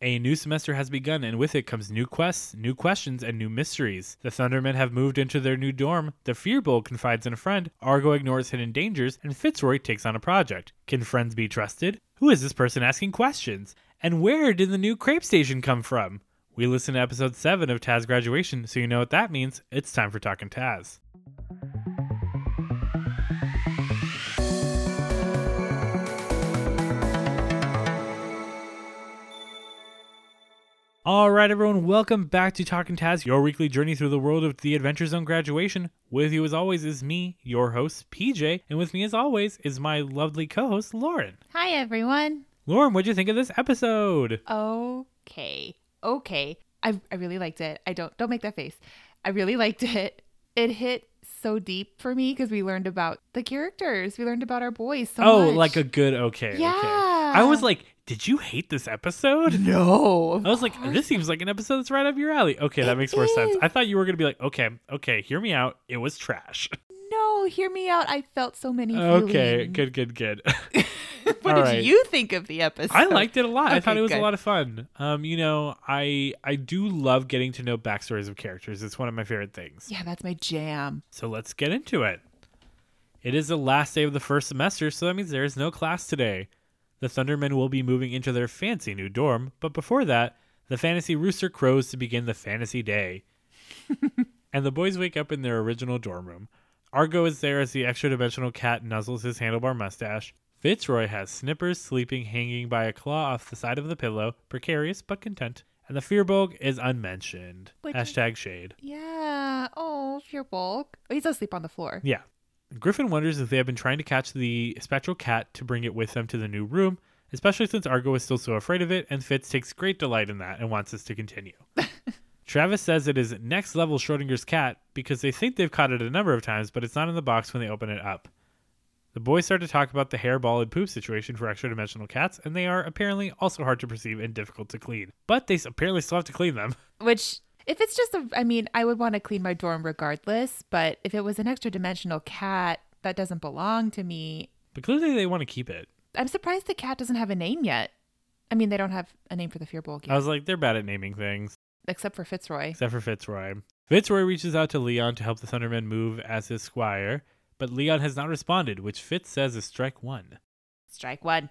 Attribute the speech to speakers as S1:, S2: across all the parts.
S1: A new semester has begun, and with it comes new quests, new questions, and new mysteries. The Thundermen have moved into their new dorm, the Fearbowl confides in a friend, Argo ignores hidden dangers, and Fitzroy takes on a project. Can friends be trusted? Who is this person asking questions? And where did the new crepe station come from? We listen to episode 7 of Taz Graduation, so you know what that means. It's time for Talking Taz. All right, everyone, welcome back to Talking Taz, your weekly journey through the world of the Adventure Zone graduation. With you, as always, is me, your host, PJ, and with me, as always, is my lovely co host, Lauren.
S2: Hi, everyone.
S1: Lauren, what'd you think of this episode?
S2: Okay. Okay. I, I really liked it. I don't don't make that face. I really liked it. It hit so deep for me because we learned about the characters. We learned about our boys so
S1: oh,
S2: much.
S1: like a good okay.
S2: Yeah.
S1: Okay. I was like, did you hate this episode?
S2: No. of
S1: I was like,
S2: course.
S1: this seems like an episode that's right up your alley. Okay, that
S2: It
S1: makes more sense.
S2: is.
S1: I thought you were going to be like, okay, okay, hear me out. It was trash.
S2: No, hear me out. I felt so many
S1: Okay,
S2: feelings.
S1: good, good, good. All
S2: what did
S1: right.
S2: you think of the episode?
S1: I liked it a lot. I
S2: Okay,
S1: thought it was a
S2: good.
S1: lot of fun. Um, you know, I I do love getting to know backstories of characters. It's one of my favorite things.
S2: Yeah, that's my jam.
S1: So let's get into it. It is the last day of the first semester, so that means there is no class today. The Thundermen will be moving into their fancy new dorm, but before that, the fantasy rooster crows to begin the fantasy day. and the boys wake up in their original dorm room. Argo is there as the extra dimensional cat nuzzles his handlebar mustache. Fitzroy has Snippers sleeping hanging by a claw off the side of the pillow, precarious but content. And the Fearbog is unmentioned.
S2: Which-
S1: Hashtag shade.
S2: Yeah. Oh, your bulk. Oh, he's asleep on the floor.
S1: Yeah. Griffin wonders if they have been trying to catch the spectral cat to bring it with them to the new room, especially since Argo is still so afraid of it, and Fitz takes great delight in that and wants this to continue. Travis says it is next level Schrodinger's cat because they think they've caught it a number of times, but it's not in the box when they open it up. The boys start to talk about the hairball and poop situation for extra dimensional cats, and they are apparently also hard to perceive and difficult to clean. But they s- apparently still have to clean them.
S2: Which, if it's just a, I mean, I would want to clean my dorm regardless, but if it was an extra dimensional cat that doesn't belong to me,
S1: But clearly they want to keep it.
S2: I'm surprised the cat doesn't have a name yet. I mean, they don't have a name for the fear bulk
S1: I
S2: yet,
S1: was like, they're bad at naming things.
S2: except for Fitzroy.
S1: except for Fitzroy. Fitzroy reaches out to Leon to help the Thunderman move as his squire, but Leon has not responded, which Fitz says is strike one.
S2: Strike one.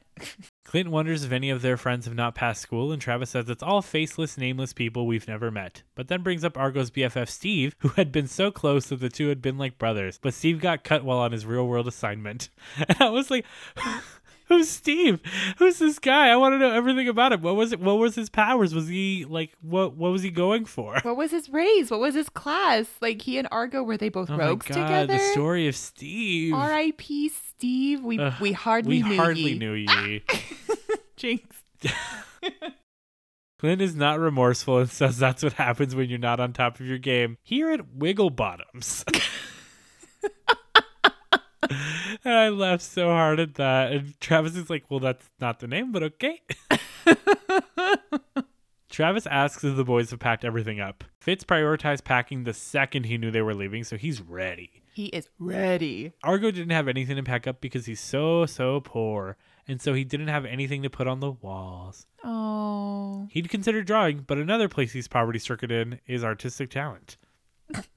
S1: Clint wonders if any of their friends have not passed school, and Travis says it's all faceless, nameless people we've never met, but then brings up Argo's BFF Steve, who had been so close that the two had been like brothers, but Steve got cut while on his real world assignment. And I was like, Who's Steve? Who's this guy? I want to know everything about him. What was it? What was his powers? Was he like what? What was he going for?
S2: What was his race? What was his class? Like he and Argo were they both rogues together?
S1: Oh the story of Steve.
S2: R.I.P. Steve. We
S1: Ugh,
S2: we hardly
S1: we
S2: knew
S1: hardly
S2: ye.
S1: knew ye.
S2: Jinx.
S1: Clint is not remorseful and says that's what happens when you're not on top of your game. Here at Wiggle Bottoms. and I laughed so hard at that. And Travis is like, well, that's not the name, but okay. Travis asks if the boys have packed everything up. Fitz prioritized packing the second he knew they were leaving, so he's ready.
S2: He is ready.
S1: Argo didn't have anything to pack up because he's so, so poor. And so he didn't have anything to put on the walls.
S2: Oh.
S1: He'd consider drawing, but another place he's poverty stricken in is artistic talent.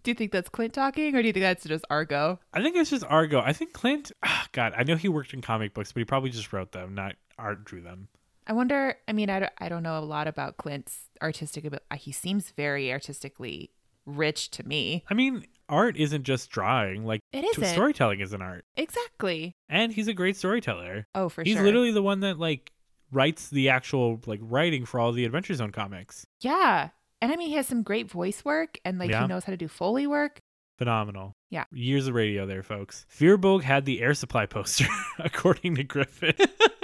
S2: Do you think that's Clint talking or do you think that's just Argo?
S1: I think it's just Argo. I think Clint, ah, God, I know he worked in comic books, but he probably just wrote them, not art drew them.
S2: I wonder. I mean, I don't, I don't know a lot about Clint's artistic ability. He seems very artistically rich to me.
S1: I mean, art isn't just drawing, like,
S2: It
S1: t-
S2: isn't.
S1: storytelling is an art.
S2: Exactly.
S1: And he's a great storyteller.
S2: Oh, for
S1: he's
S2: sure.
S1: literally the one that, like, writes the actual, like, writing for all the Adventure Zone comics.
S2: Yeah. And I mean, he has some great voice work and like
S1: Yeah.
S2: he knows how to do Foley work.
S1: Phenomenal.
S2: Yeah.
S1: Years of radio there, folks. Fearbolg had the air supply poster, according to Griffin.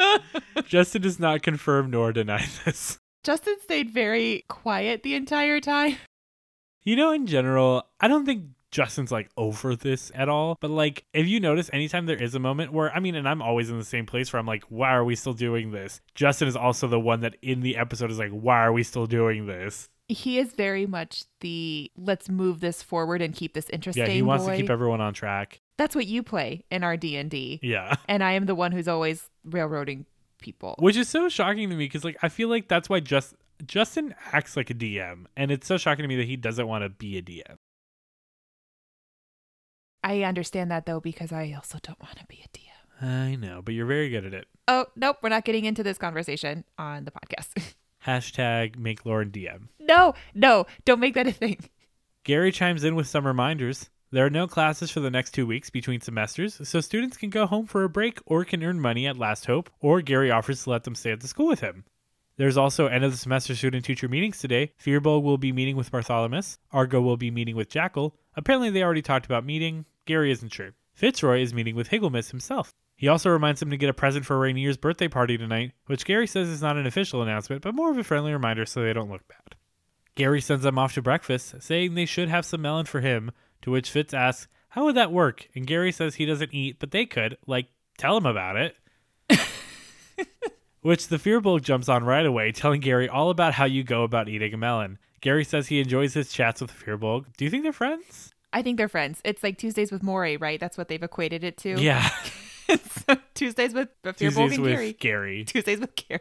S1: Justin does not confirm nor deny this.
S2: Justin stayed very quiet the entire time.
S1: You know, in general, I don't think Justin's like over this at all. But like, if you notice, anytime there is a moment where, I mean, and I'm always in the same place where I'm like, why are we still doing this? Justin is also the one that in the episode is like, why are we still doing this?
S2: He is very much the let's move this forward and keep this interesting.
S1: yeah, he wants
S2: boy.
S1: to keep everyone on track.
S2: That's what you play in our D and D,
S1: Yeah.
S2: and I am the one who's always railroading people.
S1: Which is so shocking to me because like I feel like that's why just Justin acts like a DM, and it's so shocking to me that he doesn't want to be a DM.
S2: I understand that though because I also don't want to be a DM.
S1: I know, but you're very good at it.
S2: Oh, nope, we're not getting into this conversation on the podcast.
S1: Hashtag make Lauren DM.
S2: no, no, don't make that a thing.
S1: Gary chimes in with some reminders. There are no classes for the next two weeks between semesters, so students can go home for a break or can earn money at Last Hope, or Gary offers to let them stay at the school with him. There's also end of the semester student teacher meetings today. Fearball will be meeting with Bartholomus. Argo will be meeting with Jackal. Apparently, they already talked about meeting. Gary isn't sure. Fitzroy is meeting with Higglemas himself. He also reminds him to get a present for Rainier's birthday party tonight, which Gary says is not an official announcement, but more of a friendly reminder so they don't look bad. Gary sends them off to breakfast, saying they should have some melon for him, to which Fitz asks, How would that work? And Gary says he doesn't eat, but they could. Like, tell him about it. which the Fearbulk jumps on right away, telling Gary all about how you go about eating a melon. Gary says he enjoys his chats with the Fearbulk. Do you think they're friends?
S2: I think they're friends. It's like Tuesdays with Maury, right? That's what they've equated it to.
S1: Yeah.
S2: So Tuesdays with Fearbolt
S1: Tuesdays
S2: and
S1: with
S2: Gary.
S1: Gary.
S2: Tuesdays with Gary.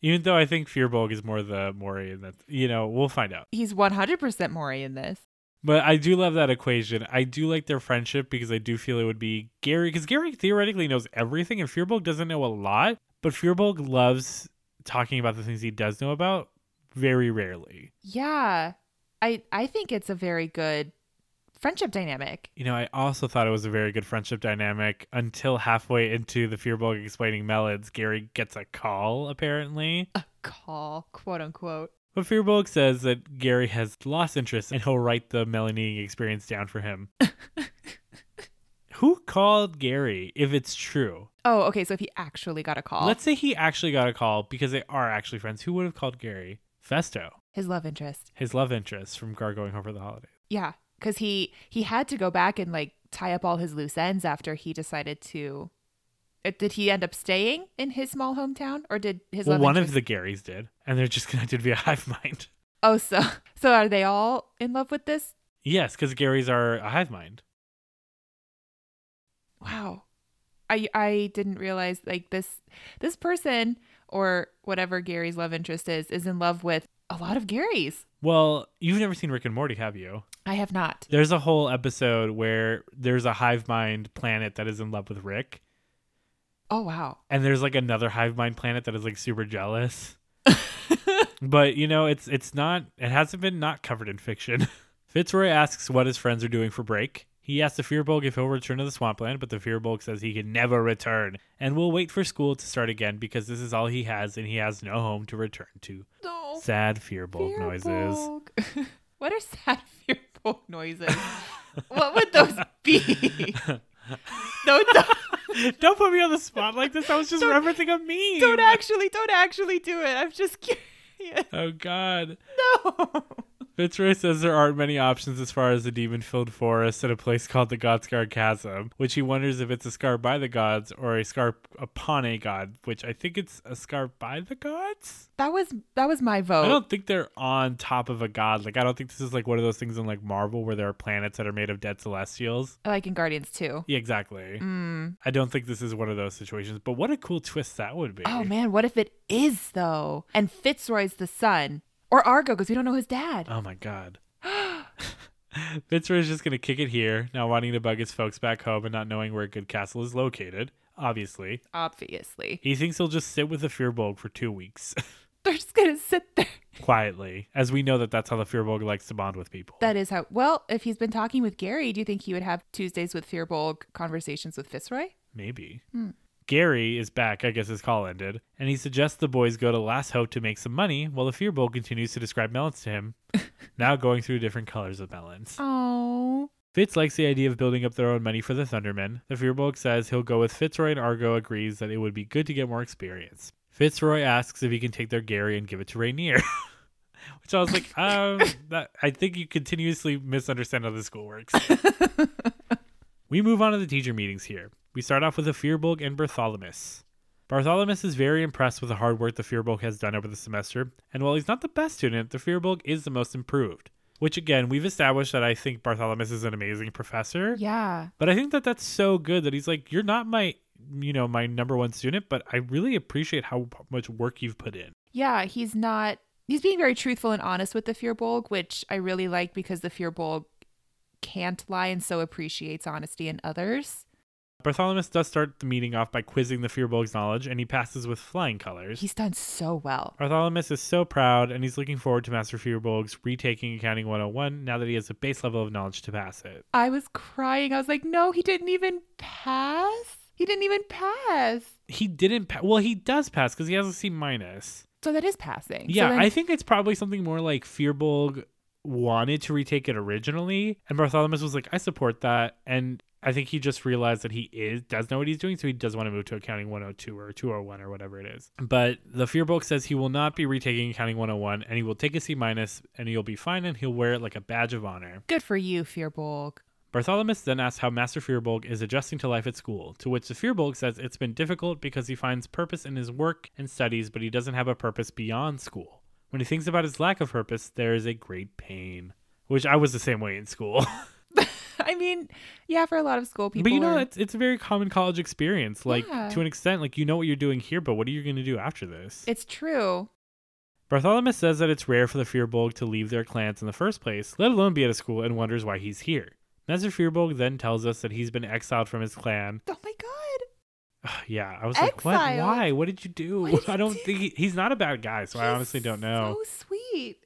S1: Even though I think Fearbulk is more the Maury, and that's, you know, we'll find out.
S2: He's 100% Maury in this.
S1: But I do love that equation. I do like their friendship because I do feel it would be Gary because Gary theoretically knows everything and Fearbulk doesn't know a lot, but Fearbulk loves talking about the things he does know about very rarely.
S2: Yeah. I I think it's a very good friendship dynamic.
S1: You know, I also thought it was a very good friendship dynamic until halfway into the Fearbulk explaining melons, Gary gets a call apparently.
S2: A call, quote unquote.
S1: But Fearbulk says that Gary has lost interest and he'll write the melon eating experience down for him. Who called Gary if it's true?
S2: Oh, okay. So if he actually got a call,
S1: Let's say he actually got a call because they are actually friends. Who would have called Gary? Festo,
S2: his love interest.
S1: his love interest from Gar going home for the holidays.
S2: Yeah, because he he had to go back and like tie up all his loose ends after he decided to. uh, Did he end up staying in his small hometown, or did his
S1: well,
S2: love
S1: one
S2: interest?
S1: of the Garys did, and they're just connected via hive mind.
S2: oh, so so are they all in love with this?
S1: Yes, because Garys are a hive mind.
S2: Wow, I I didn't realize like this this person or whatever Gary's love interest is is in love with a lot of Garys.
S1: Well, you've never seen Rick and Morty, have you?
S2: I have not.
S1: There's a whole episode where there's a hive mind planet that is in love with Rick,
S2: Oh wow.
S1: and there's like another hive mind planet that is like super jealous. but you know, it's it's not it hasn't been not covered in fiction. Fitzroy asks what his friends are doing for break. He asks the Fearbulk if he'll return to the swampland, but the Fearbulk says he can never return and will wait for school to start again because this is all he has and he has no home to return to.
S2: No.
S1: Sad Fearbulk noises.
S2: Fearbulk. what are sad fearful noises? what would those be? no, don't,
S1: Don't put me on the spot like this. I was just
S2: Don't-
S1: referencing a meme.
S2: don't actually, don't actually do it. I'm just curious.
S1: oh god.
S2: No.
S1: Fitzroy says there aren't many options as far as the demon filled forest and a place called the Godscar Chasm, which he wonders if it's a scar by the gods or a scar upon a god, which I think it's a scar by the gods?
S2: That was that was my
S1: I
S2: vote.
S1: don't think they're on top of a god. Like, I don't think this is like one of those things in like Marvel where there are planets that are made of dead celestials.
S2: I like in Guardians too.
S1: Yeah, exactly.
S2: Mm.
S1: I don't think this is one of those situations, but what a cool twist that would be.
S2: Oh man, what if it is though? And Fitzroy's the son, or Argo, because we don't know his dad.
S1: Oh my god. Fitzroy's just gonna kick it here, now wanting to bug his folks back home and not knowing where Good Castle is located, obviously.
S2: Obviously,
S1: He thinks he'll just sit with the Fearbulg for two weeks,
S2: they're just gonna sit there.
S1: quietly, as we know that that's how the Fearbulg likes to bond with people.
S2: That is how. Well, if he's been talking with Gary, do you think he would have Tuesdays with Fearbolg conversations with Fitzroy?
S1: Maybe.
S2: Hmm.
S1: Gary is back, I guess his call ended, and he suggests the boys go to Last Hope to make some money while the Fearbulg continues to describe melons to him, now going through different colors of melons.
S2: Oh,
S1: Fitz likes the idea of building up their own money for the Thundermen. The Fearbulk says he'll go with Fitzroy and Argo agrees that it would be good to get more experience. Fitzroy asks if he can take their Gary and give it to Rainier. Which I was like, um, that, I think you continuously misunderstand how the school works. we move on to the teacher meetings here. We start off with the Fearbulk and Bartholomew. Bartholomew is very impressed with the hard work the Fearbulk has done over the semester, and while he's not the best student, the Fearbulk is the most improved. Which again, we've established that I think Bartholomew is an amazing professor,
S2: yeah.
S1: but I think that that's so good that he's like, "You're not my you know, my number one student, but I really appreciate how much work you've put in.
S2: Yeah, he's not. He's being very truthful and honest with the Fearbolg, which I really like because the Fearbolg can't lie and so appreciates honesty in others.
S1: Bartholomew does start the meeting off by quizzing the Fearbolg's knowledge, and he passes with flying colors.
S2: He's done so well.
S1: Bartholomew is so proud, and he's looking forward to Master Fearbolg's retaking Accounting 101 now that he has a base level of knowledge to pass it.
S2: I was crying. I was like, no, he didn't even pass. He didn't even pass.
S1: He didn't pass. Well, he does pass because he has a C minus.
S2: So that is passing.
S1: Yeah,
S2: so then-
S1: I think it's probably something more like Fearbolg wanted to retake it originally, and Bartholomew was like, "I support that," and I think he just realized that he is does know what he's doing, so he does want to move to accounting 102 or 201 or whatever it is. But the Fearbolg says he will not be retaking accounting 101, and he will take a C minus, and he'll be fine, and he'll wear it like a badge of honor.
S2: Good for you, Fearbolg.
S1: Bartholomew then asks how Master Fearbolg is adjusting to life at school, to which the Fearbolg says it's been difficult because he finds purpose in his work and studies, but he doesn't have a purpose beyond school. When he thinks about his lack of purpose, there is a great pain. Which I was the same way in school.
S2: I mean, yeah, for a lot of school people.
S1: but you know,
S2: are-
S1: it's, it's a very common college experience. Like,
S2: Yeah.
S1: to an extent, like, you know what you're doing here, but what are you going to do after this?
S2: it's true.
S1: Bartholomew says that it's rare for the Fearbolg to leave their clans in the first place, let alone be at a school, and wonders why he's here. Master Fearbolg then tells us that he's been exiled from his clan
S2: Oh my god.
S1: Ugh, yeah, I was like, what?
S2: Exiled.
S1: Why? What did you do?
S2: What did you
S1: I don't
S2: do?
S1: think he, he's not a bad guy, so I
S2: He's
S1: honestly don't know.
S2: So sweet.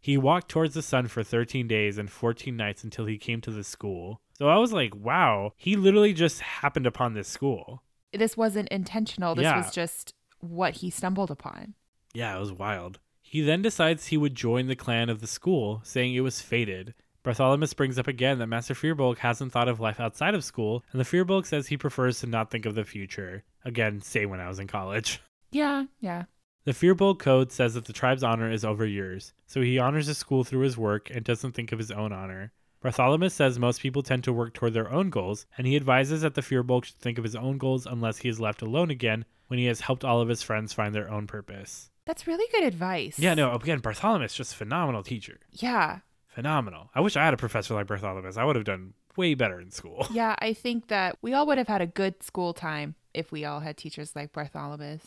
S1: He walked towards the sun for 13 days and 14 nights until he came to the school. So I was like, wow, he literally just happened upon this school.
S2: This wasn't intentional. This
S1: Yeah.
S2: was just what he stumbled upon.
S1: Yeah, it was wild. He then decides he would join the clan of the school, saying it was fated. Bartholomew brings up again that Master Fearbolg hasn't thought of life outside of school, and the Fearbolg says he prefers to not think of the future. Again, say when I was in college.
S2: Yeah, yeah.
S1: The Fearbold Code says that the tribe's honor is over yours, so he honors the school through his work and doesn't think of his own honor. Bartholomew says most people tend to work toward their own goals, and he advises that the Fearbold should think of his own goals unless he is left alone again when he has helped all of his friends find their own purpose.
S2: That's really good advice.
S1: Yeah, no, again, Bartholomew's just a phenomenal teacher.
S2: Yeah.
S1: Phenomenal. I wish I had a professor like Bartholomew. I would have done way better in school.
S2: Yeah, I think that we all would have had a good school time if we all had teachers like Bartholomew's.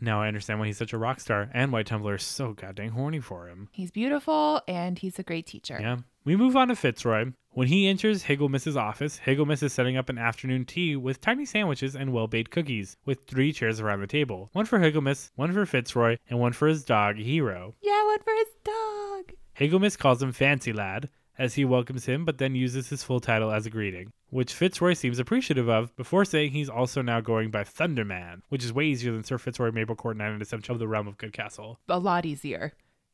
S1: Now I understand why he's such a rock star and why Tumblr is so goddamn horny for him.
S2: He's beautiful and he's a great teacher.
S1: Yeah. We move on to Fitzroy. When he enters Higglemiss's office, Higglemis is setting up an afternoon tea with tiny sandwiches and well baked cookies, with three chairs around the table one for Higglemis, one for Fitzroy, and one for his dog, Hero.
S2: Yeah, one for his dog.
S1: Higglemis calls him Fancy Lad as he welcomes him, but then uses his full title as a greeting, which Fitzroy seems appreciative of before saying he's also now going by Thunderman, which is way easier than Sir Fitzroy Maplecourt Knight and Assumption of the Realm of Good Castle.
S2: A lot easier.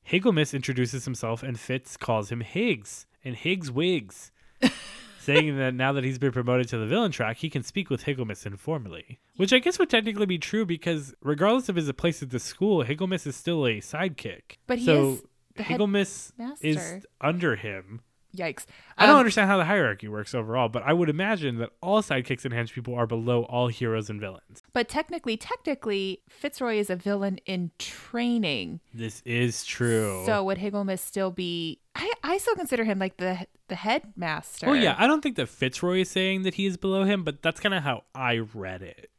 S1: Higglemas introduces himself and Fitz calls him Higgs and Higgs Wigs, saying that now that he's been promoted to the villain track, he can speak with Higglemas informally. Which I guess would technically be true because, regardless of his place at the school, Higglemas is still a sidekick.
S2: But he
S1: so
S2: is the head
S1: Higglemas
S2: master.
S1: is under him.
S2: Yikes.
S1: I don't
S2: Um,
S1: understand how the hierarchy works overall, but I would imagine that all sidekicks and henchpeople are below all heroes and villains.
S2: But technically, technically, Fitzroy is a villain in training.
S1: This is true.
S2: So would Higglemas still be? I, I still consider him like the the headmaster.
S1: Oh yeah, I don't think that Fitzroy is saying that he is below him, but that's kind of how I read it.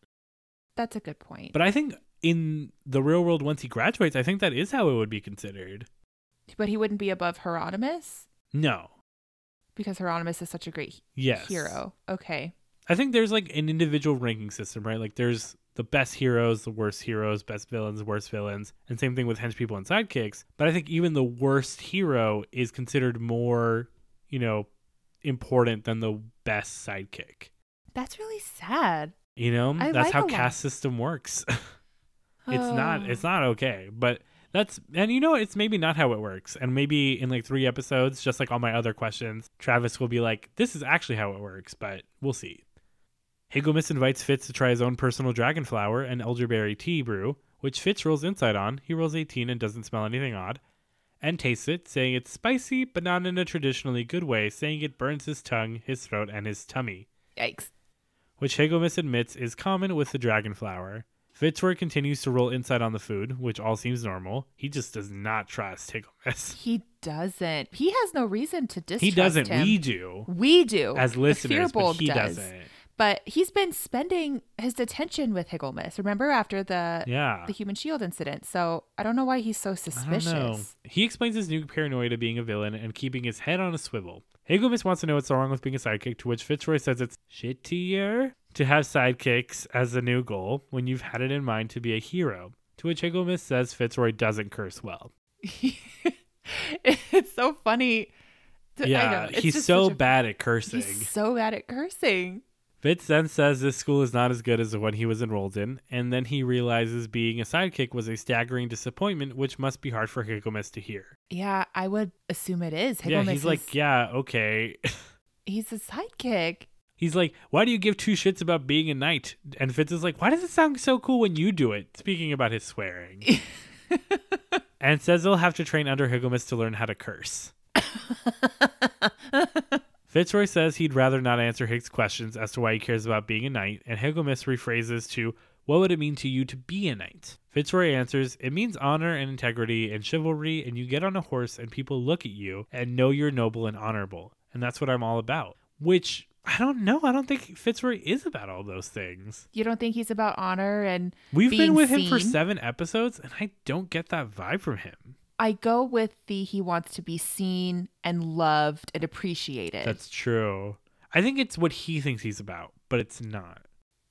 S2: that's a good point. But,
S1: But I think in the real world, once he graduates, I think that is how it would be considered.
S2: he wouldn't be above Hieronymus
S1: No.
S2: because Hieronymus is such a great
S1: Yes.
S2: hero. Okay,
S1: I think there's like an individual ranking system, right? Like there's the best heroes, the worst heroes, best villains, worst villains, and same thing with henchpeople and sidekicks. But I think even the worst hero is considered more, you know, important than the best sidekick.
S2: that's really sad.
S1: You know,
S2: I
S1: that's
S2: like
S1: how
S2: a lot.
S1: caste system works. it's
S2: Oh.
S1: not it's not okay but that's and you know it's maybe not how it works and maybe in like three episodes just like all my other questions travis will be like this is actually how it works but we'll see higglemas invites fitz to try his own personal dragon flower and elderberry tea brew which fitz rolls inside on he rolls 18 and doesn't smell anything odd and tastes it saying it's spicy but not in a traditionally good way saying it burns his tongue his throat and his tummy
S2: Yikes.
S1: which Higglemas admits is common with the dragon flower. Fitzroy continues to roll inside on the food, which all seems normal. He just does not trust Higglemas.
S2: He doesn't. He has no reason to distrust
S1: He doesn't.
S2: him.
S1: We do
S2: We do
S1: as
S2: The
S1: listeners, but
S2: Fearbolg
S1: he
S2: does.
S1: doesn't.
S2: But he's been spending his detention with Higglemas. Remember after the
S1: Yeah.
S2: the human shield incident. So I don't know why he's
S1: I
S2: so
S1: don't
S2: suspicious.
S1: know. He explains his new paranoia to being a villain and keeping his head on a swivel. Hagelmas wants to know what's wrong with being a sidekick, to which Fitzroy says it's shittier to have sidekicks as the new goal when you've had it in mind to be a hero. To which Hagelmas says Fitzroy doesn't curse well.
S2: it's so funny. to- I
S1: Yeah,
S2: know. It's
S1: he's
S2: just
S1: so
S2: such a-
S1: bad at cursing.
S2: He's so bad at cursing.
S1: Fitz then says this school is not as good as the one he was enrolled in, and then he realizes being a sidekick was a staggering disappointment, which must be hard for Hagelmas to hear.
S2: Yeah, I would assume it is.
S1: yeah,
S2: Higglemas
S1: he's like,
S2: is-
S1: yeah, okay.
S2: he's a sidekick.
S1: He's like, why do you give two shits about being a knight? And Fitz is like, why does it sound so cool when you do it? Speaking about his swearing. and says they'll have to train under Higglemas to learn how to curse. Fitzroy says he'd rather not answer Higgs' questions as to why he cares about being a knight, and Higglemas rephrases to, What would it mean to you to be a knight? Fitzroy answers, It means honor and integrity and chivalry, and you get on a horse and people look at you and know you're noble and honorable. And that's what I'm all about. Which, I don't know. I don't think Fitzroy is about all those things.
S2: You don't think he's about honor and
S1: We've
S2: being
S1: been with him for
S2: seen?
S1: seven episodes, and I don't get that vibe from him.
S2: I go with the he wants to be seen and loved and appreciated.
S1: That's true. I think it's what he thinks he's about, but it's not.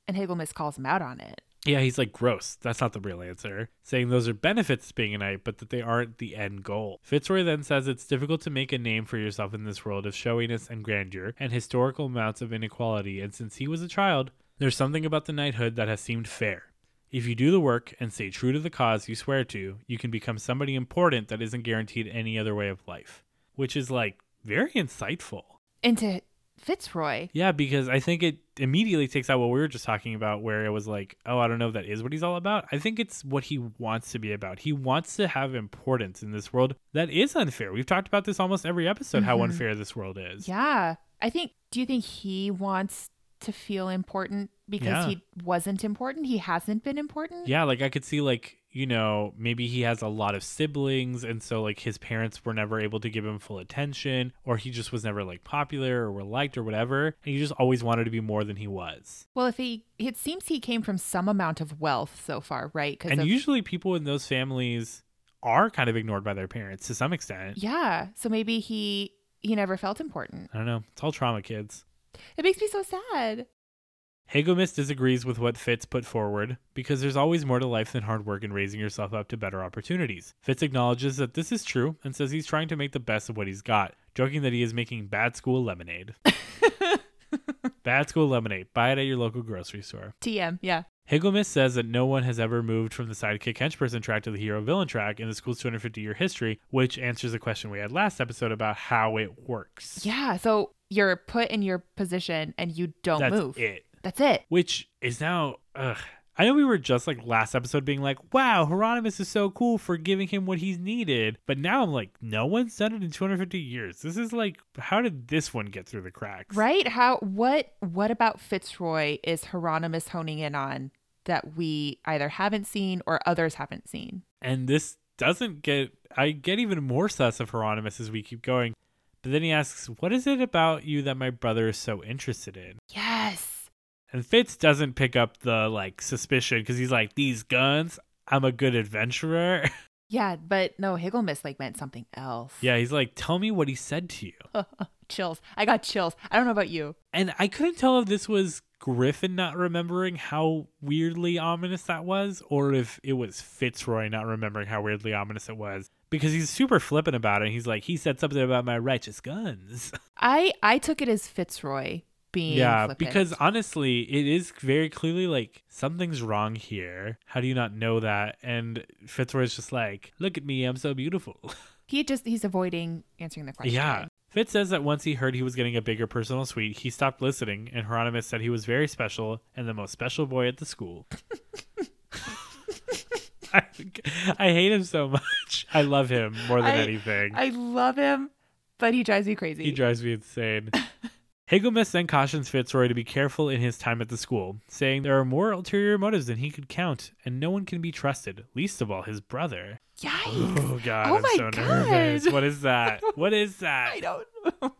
S2: and Higglemas calls him out on it.
S1: Yeah, he's like, gross. That's not the real answer. Saying those are benefits to being a knight, but that they aren't the end goal. Fitzroy then says it's difficult to make a name for yourself in this world of showiness and grandeur and historical amounts of inequality, and since he was a child, there's something about the knighthood that has seemed fair. If you do the work and stay true to the cause you swear to, you can become somebody important that isn't guaranteed any other way of life. Which is like very insightful.
S2: Into Fitzroy.
S1: Yeah, because I think it immediately takes out what we were just talking about, where it was like, oh, I don't know if that is what he's all about. I think it's what he wants to be about. He wants to have importance in this world that is unfair. We've talked about this almost every episode, how
S2: Mhm.
S1: unfair this world is.
S2: Yeah. I think do you think he wants to feel important because
S1: Yeah.
S2: he wasn't important? He hasn't been important?
S1: Yeah, like I could see, like, you know, maybe he has a lot of siblings, and so, like, his parents were never able to give him full attention, or he just was never, like, popular or were liked or whatever. And he just always wanted to be more than he was.
S2: Well, if he it seems he came from some amount of wealth so far, right?
S1: And
S2: of-
S1: usually people in those families are kind of ignored by their parents to some extent.
S2: Yeah. So maybe he he never felt important.
S1: I don't know. It's all trauma, kids.
S2: It makes me so sad.
S1: Hagomis disagrees with what Fitz put forward because there's always more to life than hard work and raising yourself up to better opportunities. Fitz acknowledges that this is true and says he's trying to make the best of what he's got, joking that he is making bad school lemonade. bad school lemonade. Buy it at your local grocery store.
S2: TM, yeah.
S1: Higglemas says that no one has ever moved from the sidekick henchperson track to the hero villain track in the school's 250 year history, which answers the question we had last episode about how it works.
S2: Yeah. So you're put in your position and you don't
S1: That's
S2: move.
S1: it.
S2: That's it.
S1: Which is now, ugh. I know we were just like last episode being like, wow, Hieronymus is so cool for giving him what he's needed. But now I'm like, no one's done it in 250 years. This is like, how did this one get through the cracks?
S2: Right? How what what about Fitzroy is Hieronymus honing in on that we either haven't seen or others haven't seen?
S1: And this doesn't get, I get even more sus of Hieronymus as we keep going. But then he asks, What is it about you that my brother is so interested in?
S2: Yes.
S1: And Fitz doesn't pick up the like suspicion because he's like, These guns, I'm a good adventurer.
S2: Yeah, but no, Higglemas like meant something else.
S1: yeah, he's like, Tell me what he said to you.
S2: Chills. I got chills. I don't know about you.
S1: And I couldn't tell if this was Griffin not remembering how weirdly ominous that was, or if it was Fitzroy not remembering how weirdly ominous it was. Because he's super flippant about it. He's like, he said something about my righteous guns.
S2: I I took it as Fitzroy being
S1: yeah
S2: flippant.
S1: because honestly it is very clearly like something's wrong here how do you not know that and fitzroy's just like look at me i'm so beautiful
S2: he just he's avoiding answering the question.
S1: yeah fitz says that once he heard he was getting a bigger personal suite he stopped listening and hieronymus said he was very special and the most special boy at the school I, I hate him so much i love him more than
S2: I-
S1: anything
S2: I love him, but he drives me crazy.
S1: He drives me insane. Higglemas then cautions Fitzroy to be careful in his time at the school, saying there are more ulterior motives than he could count, and no one can be trusted, least of all his brother.
S2: Yikes.
S1: Oh god,
S2: Oh
S1: I'm
S2: my
S1: so nervous.
S2: God.
S1: What is that? What is that?
S2: I don't know.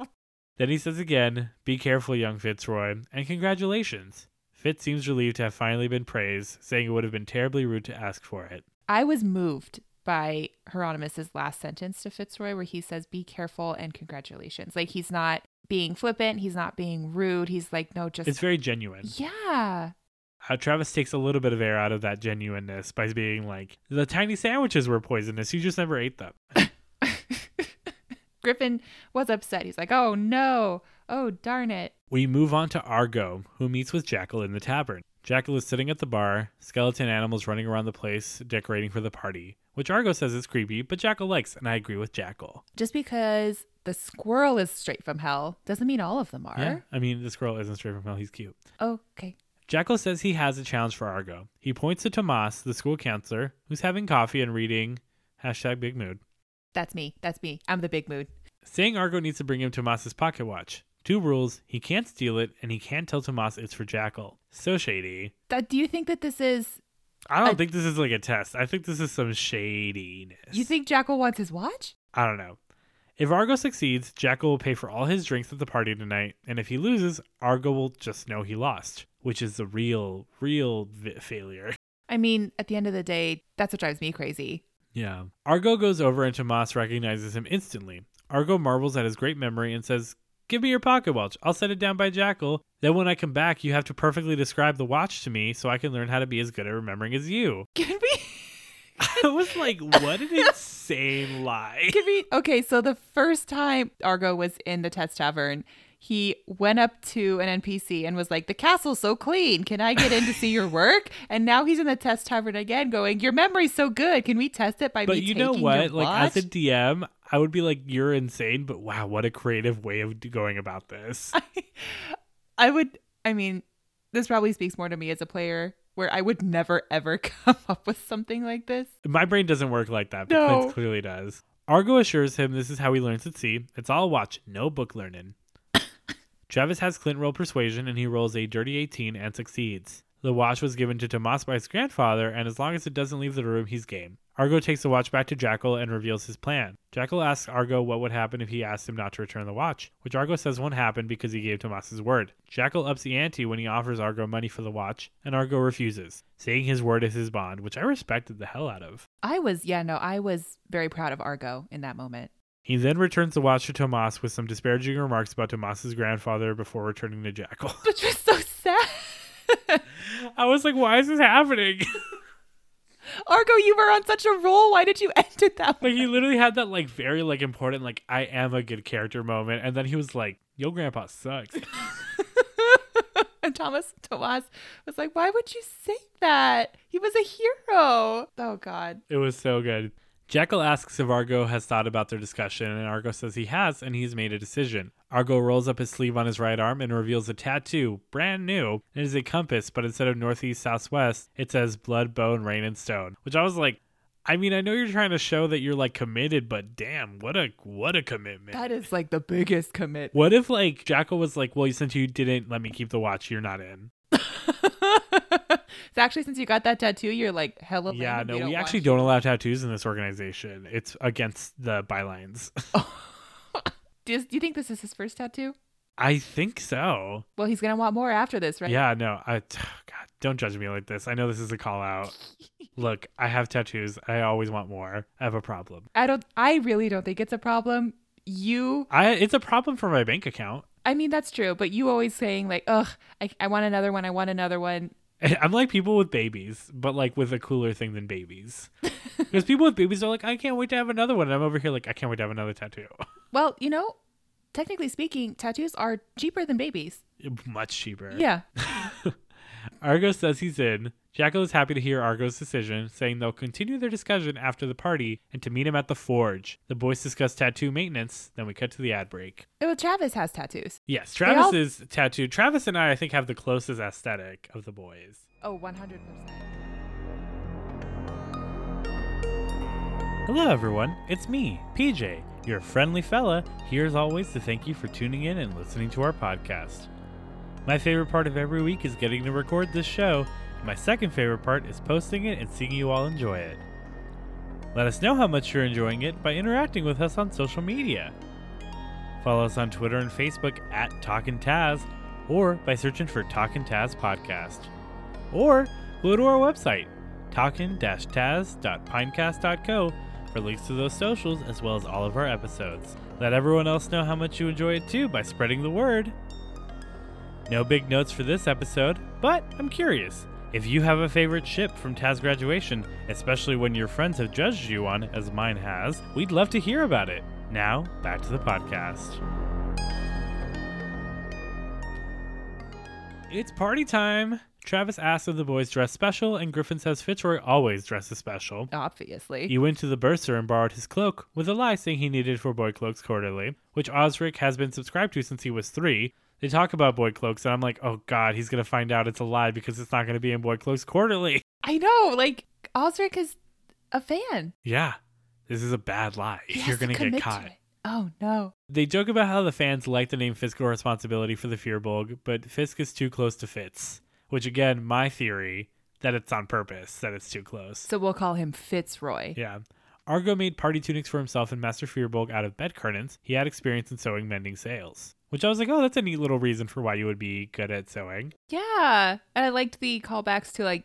S1: Then he says again, Be careful, young Fitzroy, and congratulations. Fitz seems relieved to have finally been praised, saying it would have been terribly rude to ask for it.
S2: I was moved by Hieronymus's last sentence to Fitzroy, where he says, "Be careful and congratulations." Like he's not being flippant, he's not being rude. He's like, no, just
S1: It's very genuine.
S2: yeah,
S1: How Travis takes a little bit of air out of that genuineness by being like, The tiny sandwiches were poisonous, you just never ate them.
S2: Griffin was upset. He's like, "Oh no, oh darn it."
S1: We move on to Argo, who meets with Jackal in the tavern. Jackal is sitting at the bar, skeleton animals running around the place, decorating for the party, which Argo says is creepy, but Jackal likes, and I agree with Jackal.
S2: Just because the squirrel is straight from hell doesn't mean all of them are.
S1: Yeah? I mean, this girl isn't straight from hell, he's cute.
S2: Okay.
S1: Jackal says he has a challenge for Argo. He points to Tomas, the school counselor, who's having coffee and reading hashtag big mood,
S2: That's me. That's me. I'm the big mood.
S1: saying Argo needs to bring him Tomas's pocket watch. Two rules he can't steal it, and he can't tell Tomas it's for Jackal. So shady.
S2: That, do you think that this is
S1: I don't
S2: I-
S1: think this is like a test. I think this is some shadiness.
S2: you think Jackal wants his watch?
S1: I don't know. If Argo succeeds, Jackal will pay for all his drinks at the party tonight, and if he loses, Argo will just know he lost, which is the real, real vi- failure.
S2: I mean, at the end of the day, that's what drives me crazy.
S1: Yeah. Argo goes over and Tomas recognizes him instantly. Argo marvels at his great memory and says, Give me your pocket watch. I'll set it down by Jackal. Then when I come back, you have to perfectly describe the watch to me so I can learn how to be as good at remembering as you.
S2: Give me
S1: I was like, what an insane lie.
S2: Give me okay. So the first time Argo was in the test tavern, he went up to an NPC and was like, "The castle's so clean. Can I get in to see your work?" And now he's in the test tavern again, going, "Your memory's so good. Can we test it by
S1: But
S2: me
S1: you
S2: taking
S1: know
S2: your
S1: what? Like as a
S2: watch?"
S1: DM, I would be like, "You're insane," but wow, what a creative way of d- going about this.
S2: I would. I mean, this probably speaks more to me as a player, where I would never ever come up with something like this.
S1: My brain doesn't work like that, but
S2: No.
S1: Clint clearly does. Argo assures him this is how he learns at sea. It's all watch, no book learning. Travis has Clint roll persuasion, and he rolls a dirty 18 and succeeds. The watch was given to Tomas by his grandfather, and as long as it doesn't leave the room, he's game. Argo takes the watch back to Jackal and reveals his plan. Jackal asks Argo what would happen if he asked him not to return the watch, which Argo says won't happen because he gave Tomas his word. Jackal ups the ante when he offers Argo money for the watch, and Argo refuses, saying his word is his bond, which I respected the hell out of.
S2: I was, yeah, no, I was very proud of Argo in that moment.
S1: He then returns the watch to Tomas with some disparaging remarks about Tomas's grandfather before returning to Jackal.
S2: Which was so sad.
S1: I was like, why is this happening?
S2: Argo, you were on such a roll. Why did you end it that way?
S1: like he literally had that like very like important like I am a good character moment and then he was like, Yo grandpa sucks.
S2: and Thomas Tomas was like, "Why would you say that? He was a hero." Oh God.
S1: it was so good. Jackal asks if Argo has thought about their discussion, and Argo says he has, and he's made a decision. Argo rolls up his sleeve on his right arm and reveals a tattoo, brand new. It is a compass, but instead of northeast southwest, it says blood, bone, rain, and stone. Which I was like, I mean, I know you're trying to show that you're like committed, but damn, what a what a commitment.
S2: That is like the biggest commit.
S1: what if like Jackal was like, well, since you didn't let me keep the watch, you're not in.
S2: so actually, since you got that tattoo, you're like hella. lame
S1: yeah,
S2: and
S1: no,
S2: don't
S1: we
S2: want
S1: actually
S2: you.
S1: don't allow tattoos in this organization. It's against the bylines.
S2: Does- do you think this is his first tattoo?
S1: I think so.
S2: Well, he's gonna want more after this, right?
S1: Yeah, no, I, God, don't judge me like this. I know this is a call out. Look, I have tattoos. I always want more. I have a problem.
S2: I don't. I really don't think it's a problem. You,
S1: I it's a problem for my bank account.
S2: I mean, that's true. But you always saying like, "Ugh, I, I want another one. I want another one."
S1: I'm like people with babies, but like with a cooler thing than babies. Because people with babies are like, I can't wait to have another one. And I'm over here like, I can't wait to have another tattoo.
S2: Well, you know, technically speaking, tattoos are cheaper than babies.
S1: Much cheaper.
S2: Yeah.
S1: Argo says he's in. Jackal is happy to hear Argo's decision, saying they'll continue their discussion after the party and to meet him at the forge. The boys discuss tattoo maintenance. Then we cut to the ad break.
S2: Well, Travis has tattoos.
S1: Yes,
S2: all-
S1: Travis is tattooed. Travis and I, I think, have the closest aesthetic of the boys.
S2: Oh, 100%.
S1: Hello, everyone. It's me, PJ, your friendly fella, here as always to thank you for tuning in and listening to our podcast. My favorite part of every week is getting to record this show. My second favorite part is posting it and seeing you all enjoy it. Let us know how much you're enjoying it by interacting with us on social media. Follow us on Twitter and Facebook at Talkin' Taz or by searching for Talkin' Taz Podcast. Or go to our website, talkin-taz.pinecast.co for links to those socials as well as all of our episodes. Let everyone else know how much you enjoy it too by spreading the word. No big notes for this episode, but I'm curious. If you have a favorite ship from Taz graduation, especially when your friends have judged you on, as mine has, we'd love to hear about it. Now, back to the podcast. It's party time! Travis asks if the boys dress special, and Griffin says Fitzroy always dresses special.
S2: Obviously.
S1: He went to the bursar and borrowed his cloak, with a lie saying he needed for boy cloaks quarterly, which Osric has been subscribed to since he was three. They talk about boy cloaks, and I'm like, oh god, he's gonna find out it's a lie because it's not gonna be in boy cloaks quarterly.
S2: I know. Like, Osric is a fan.
S1: Yeah, this is a bad lie.
S2: He has
S1: You're gonna
S2: commit
S1: get caught.
S2: it. Oh, no.
S1: They joke about how the fans like the name fiscal responsibility for the Fearbulg, but Fisk is too close to Fitz, which again, my theory that it's on purpose that it's too close.
S2: So we'll call him Fitzroy.
S1: Yeah. Argo made party tunics for himself and Master Fearbulg out of bed curtains. He had experience in sewing mending sails, which I was like, oh, that's a neat little reason for why you would be good at sewing.
S2: Yeah. And I liked the callbacks to like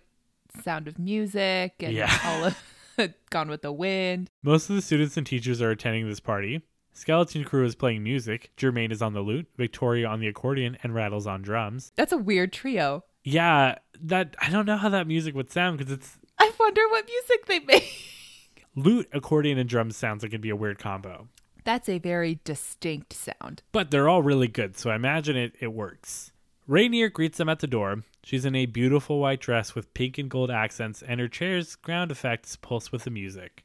S2: Sound of Music and
S1: Yeah.
S2: all of Gone with the Wind.
S1: Most of the students and teachers are attending this party. Skeleton Crew is playing music. Germaine is on the lute, Victoria on the accordion, and Rattles on drums.
S2: That's a weird trio.
S1: Yeah, that I don't know how that music would sound because it's
S2: I wonder what music they make.
S1: lute, accordion, and drums sounds like it'd be a weird combo.
S2: That's a very distinct sound.
S1: but they're all really good, so I imagine it, it works. Rainier greets them at the door. She's in a beautiful white dress with pink and gold accents, and her chair's ground effects pulse with the music.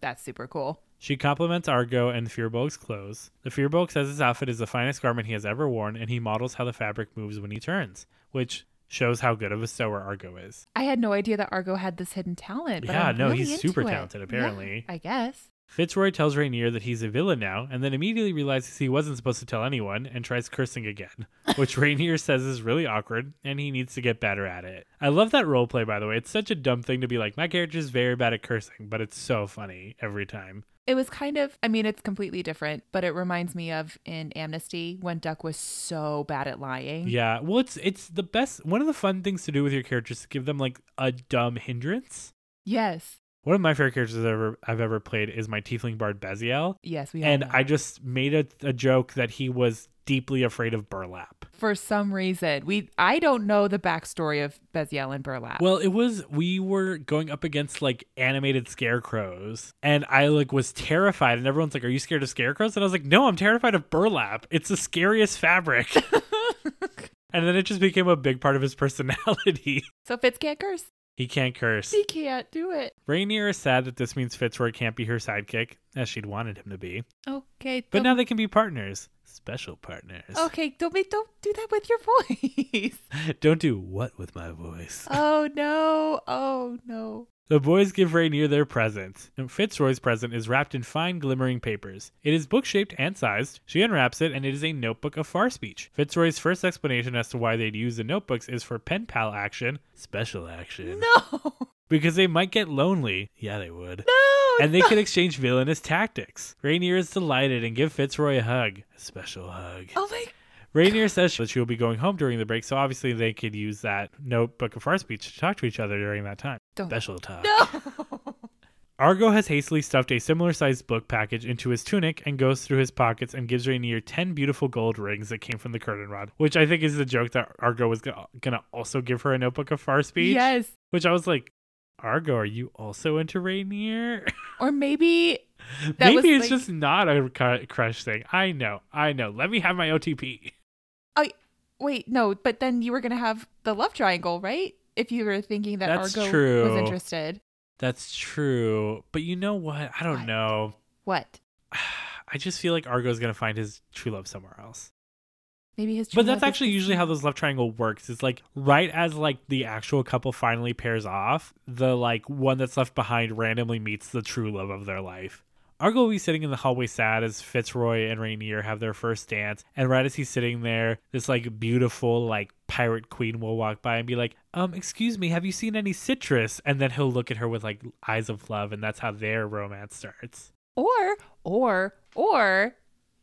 S2: That's super cool.
S1: She compliments Argo and Fearbulg's clothes. The Fearbulg says his outfit is the finest garment he has ever worn, and he models how the fabric moves when he turns, which shows how good of a sewer Argo is.
S2: I had no idea that Argo had this hidden talent. but
S1: Yeah,
S2: I'm
S1: no,
S2: really
S1: he's
S2: into
S1: super
S2: it.
S1: talented, apparently.
S2: Yeah, I guess.
S1: Fitzroy tells Rainier that he's a villain now, and then immediately realizes he wasn't supposed to tell anyone and tries cursing again, which Rainier says is really awkward and he needs to get better at it. I love that roleplay, by the way. It's such a dumb thing to be like, my character's very bad at cursing, but it's so funny every time.
S2: It was kind of, I mean, it's completely different, but it reminds me of in Amnesty when Duck was so bad at lying.
S1: Yeah, well, it's it's the best. One of the fun things to do with your characters is to give them like a dumb hindrance.
S2: Yes.
S1: One of my favorite characters I've ever I've ever played is my tiefling bard Beziel,
S2: Yes, we all
S1: and
S2: know.
S1: I just made a, a joke that he was deeply afraid of burlap.
S2: for some reason. We I don't know the backstory of Beziel and Burlap.
S1: Uh, Well, it was we were going up against like animated scarecrows, and I like was terrified, and everyone's like, "Are you scared of scarecrows?" And I was like, "No, I'm terrified of burlap. It's the scariest fabric." and then it just became a big part of his personality.
S2: so Fitz can't curse.
S1: he can't curse.
S2: He can't do it.
S1: Rainier is sad that this means Fitzroy can't be her sidekick, as she'd wanted him to be.
S2: Okay.
S1: But
S2: don't-
S1: now they can be partners, special partners.
S2: Okay, don't make don't do that with your voice.
S1: Don't do what with my voice.
S2: oh no. Oh no.
S1: The boys give Rainier their present, and Fitzroy's present is wrapped in fine glimmering papers. It is book shaped and sized. She unwraps it, and it is a notebook of far speech. Fitzroy's first explanation as to why they'd use the notebooks is for pen pal action, special action,
S2: No.
S1: because they might get lonely. Yeah, they would.
S2: No.
S1: And they could exchange villainous tactics. Rainier is delighted and give Fitzroy a hug, a special hug.
S2: Oh my
S1: Rainier says that she will be going home during the break, so obviously they could use that notebook of far speech to talk to each other during that time.
S2: Don't-
S1: Special talk.
S2: no.
S1: Argo has hastily stuffed a similar sized book package into his tunic and goes through his pockets and gives Rainier 10 beautiful gold rings that came from the curtain rod, which I think is the joke that Argo was going to also give her a notebook of far speech.
S2: Yes.
S1: Which I was like, Argo, are you also into Rainier?
S2: Or maybe that was
S1: Maybe it's
S2: like-
S1: just not a cu- crush thing. I know. I know. Let me have my OTP.
S2: I wait, no, but then you were gonna have the love triangle, right? If you were thinking that
S1: That's
S2: Argo
S1: true.
S2: was interested.
S1: That's true. But you know what? I don't
S2: What?
S1: know.
S2: What?
S1: I just feel like Argo's going to find his true love somewhere else.
S2: Maybe his
S1: But that's actually usually how those love triangle works. It's like right as like the actual couple finally pairs off, the like one that's left behind randomly meets the true love of their life. Argo will be sitting in the hallway sad as Fitzroy and Rainier have their first dance, and right as he's sitting there, this like beautiful like pirate queen will walk by and be like, "Um, excuse me, have you seen any citrus?" And then he'll look at her with like eyes of love, and that's how their romance starts.
S2: Or, or, or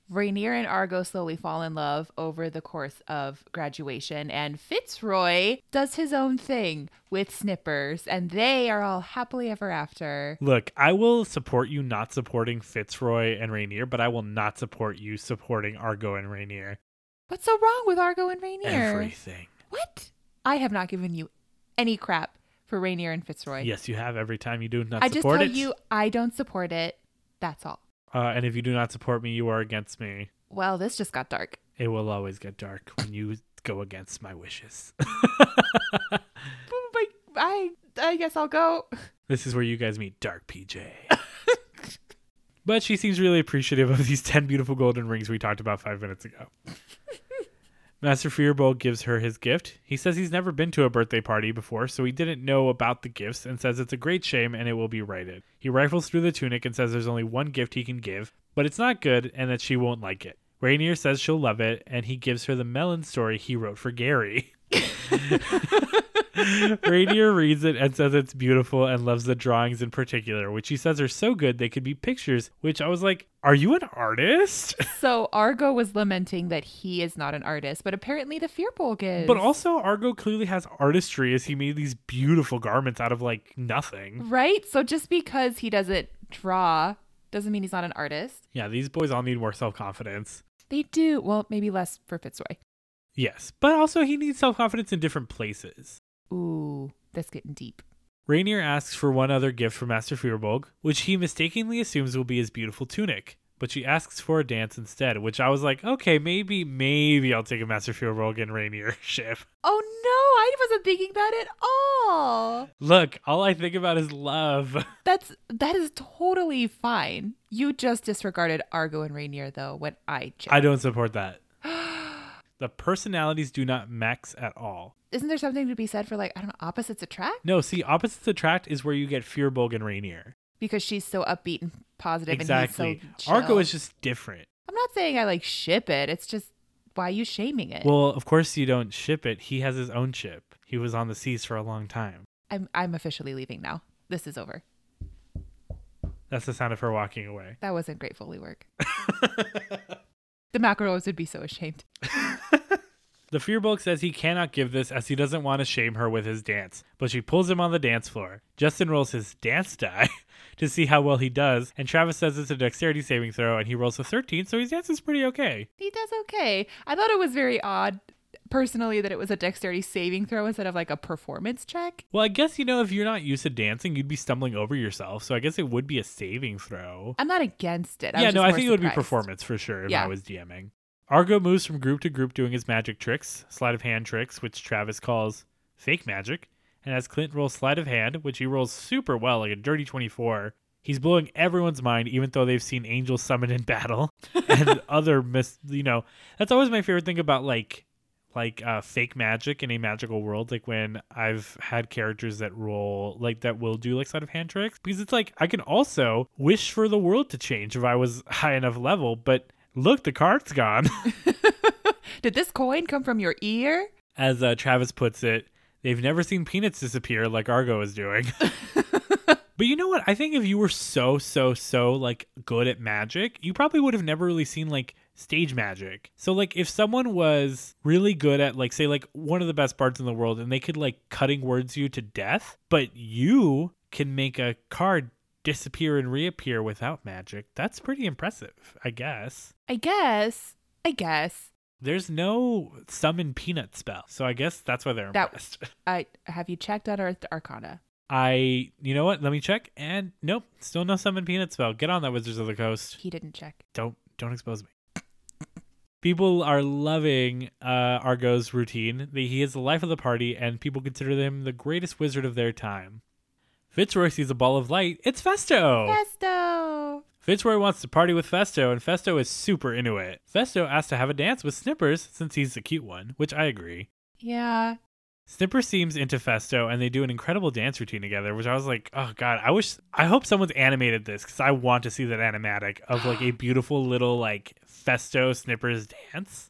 S2: Rainier and Argo slowly fall in love over the course of graduation, and Fitzroy does his own thing with Snippers, and they are all happily ever after.
S1: Look, I will support you not supporting Fitzroy and Rainier, but I will not support you supporting Argo and Rainier.
S2: What's so wrong with Argo and Rainier?
S1: Everything.
S2: What? I have not given you any crap for Rainier and Fitzroy.
S1: Yes, you have every time you do not
S2: I just
S1: support
S2: tell
S1: it.
S2: you I don't support it. That's all.
S1: Uh, and if you do not support me, you are against me.
S2: Well, this just got dark.
S1: It will always get dark when you go against my wishes.
S2: Boom, I, I, I guess I'll go.
S1: This is where you guys meet Dark PJ. but she seems really appreciative of these 10 beautiful golden rings we talked about five minutes ago. Master Fearbolt gives her his gift. He says he's never been to a birthday party before, so he didn't know about the gifts and says it's a great shame and it will be righted. He rifles through the tunic and says there's only one gift he can give, but it's not good and that she won't like it. Rainier says she'll love it, and he gives her the melon story he wrote for Gary. Rainier reads it and says it's beautiful and loves the drawings in particular, which he says are so good they could be pictures, which I was like, are you an artist?
S2: So Argo was lamenting that he is not an artist, but apparently the Fearbolg is.
S1: But also, Argo clearly has artistry as he made these beautiful garments out of like nothing.
S2: right? So just because he doesn't draw doesn't mean he's not an artist.
S1: Yeah, these boys all need more self confidence.
S2: They do. Well, maybe less for Fitzroy.
S1: Yes, but also he needs self confidence in different places.
S2: Ooh, that's getting deep.
S1: Rainier asks for one other gift from Master Fearbolg, which he mistakenly assumes will be his beautiful tunic. But she asks for a dance instead, which I was like, okay, maybe, maybe I'll take a Master Fearbolg and Rainier ship.
S2: Oh no, I wasn't thinking that at all.
S1: Look, all I think about is love.
S2: That's that is totally fine. You just disregarded Argo and Rainier though when I checked.
S1: I don't support that. the personalities do not max at all.
S2: Isn't there something to be said for like I don't know, opposites attract?
S1: No, see, opposites attract is where you get Fearbolg and Rainier.
S2: Because she's so upbeat and positive, and
S1: Exactly.
S2: he's so chill.
S1: Argo is just different.
S2: I'm not saying I like ship it. It's just why are you shaming it?
S1: Well, of course you don't ship it. He has his own ship. He was on the seas for a long time.
S2: I'm I'm officially leaving now. This is over.
S1: That's the sound of her walking away.
S2: That wasn't great Foley work. the macaroons would be so ashamed.
S1: The Fearbolg says he cannot give this as he doesn't want to shame her with his dance, but she pulls him on the dance floor. Justin rolls his dance die to see how well he does, and Travis says it's a dexterity saving throw, and he rolls a 13, so his dance is pretty okay.
S2: He does okay. I thought it was very odd personally that it was a dexterity saving throw instead of like a performance check.
S1: Well, I guess, you know, if you're not used to dancing, you'd be stumbling over yourself, so I guess it would be a saving throw.
S2: I'm not against it. I
S1: yeah,
S2: was
S1: no,
S2: just
S1: I
S2: more
S1: think it would be
S2: surprised.
S1: performance for sure if
S2: Yeah.
S1: I was DMing. Argo moves from group to group doing his magic tricks, sleight of hand tricks, which Travis calls fake magic, and as Clint rolls sleight of hand, which he rolls super well, like a dirty 24, he's blowing everyone's mind, even though they've seen angels summoned in battle and other mis- you know, that's always my favorite thing about like like uh, fake magic in a magical world like when i've had characters that roll like that will do like sleight of hand tricks because it's like i can also wish for the world to change if i was high enough level but look the card's gone
S2: Did this coin come from your ear?
S1: as uh, travis puts it they've never seen peanuts disappear like argo is doing but you know what i think if you were so so so like good at magic you probably would have never really seen like stage magic so like if someone was really good at like say like one of the best bards in the world and they could like cutting words you to death but you can make a card disappear and reappear without magic that's pretty impressive i guess
S2: I guess. I guess.
S1: there's no summon peanut spell so i guess that's why they're
S2: That-
S1: impressed
S2: I have you checked Unearthed Arcana?
S1: I, you know what? Let me check. And nope, still no summon peanut spell. Get on that Wizards of the Coast.
S2: He didn't check.
S1: Don't don't expose me. People are loving uh, Argo's routine. The- He is the life of the party, and people consider him the greatest wizard of their time. Fitzroy sees a ball of light. It's Festo.
S2: Festo.
S1: Fitzroy wants to party with Festo, and Festo is super into it. Festo asks to have a dance with Snippers since he's the cute one, which I agree.
S2: Yeah.
S1: Snipper seems into Festo, and they do an incredible dance routine together, which I was like, oh god, I wish, I hope someone's animated this because I want to see that animatic of like a beautiful little like Festo Snippers dance.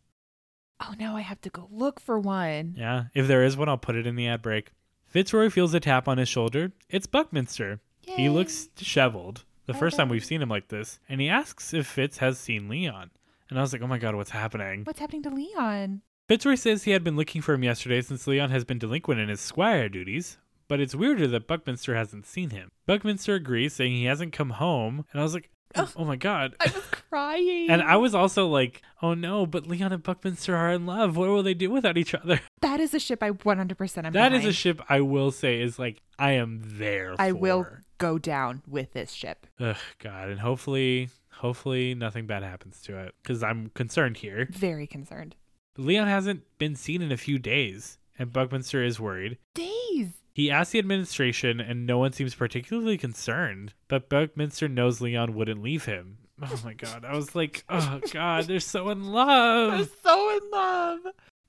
S2: Oh, now I have to go look for one.
S1: Yeah, if there is one, I'll put it in the ad break. Fitzroy feels a tap on his shoulder. It's Buckminster. He
S2: Yay.
S1: looks disheveled. The first time we've seen him like this, and he asks if Fitz has seen Leon. And I was like, oh my God, what's happening?
S2: What's happening to Leon?
S1: Fitzroy says he had been looking for him yesterday since Leon has been delinquent in his squire duties, but it's weirder that Buckminster hasn't seen him. Buckminster agrees, saying he hasn't come home. And I was like, oh, oh my God.
S2: I was crying.
S1: And I was also like, oh no, but Leon and Buckminster are in love. What will they do without each other?
S2: that is a ship I 100% am
S1: That is a
S2: behind.
S1: ship I will say is like, I am there.
S2: I will
S1: for.
S2: go down with this ship.
S1: Ugh, God. And hopefully, hopefully nothing bad happens to it because I'm concerned here.
S2: Very concerned.
S1: Leon hasn't been seen in a few days, and Buckminster is worried.
S2: Days.
S1: He asks the administration, and no one seems particularly concerned. But Buckminster knows Leon wouldn't leave him. Oh my god, I was like, oh god, they're so in
S2: I'm
S1: love.
S2: so in love.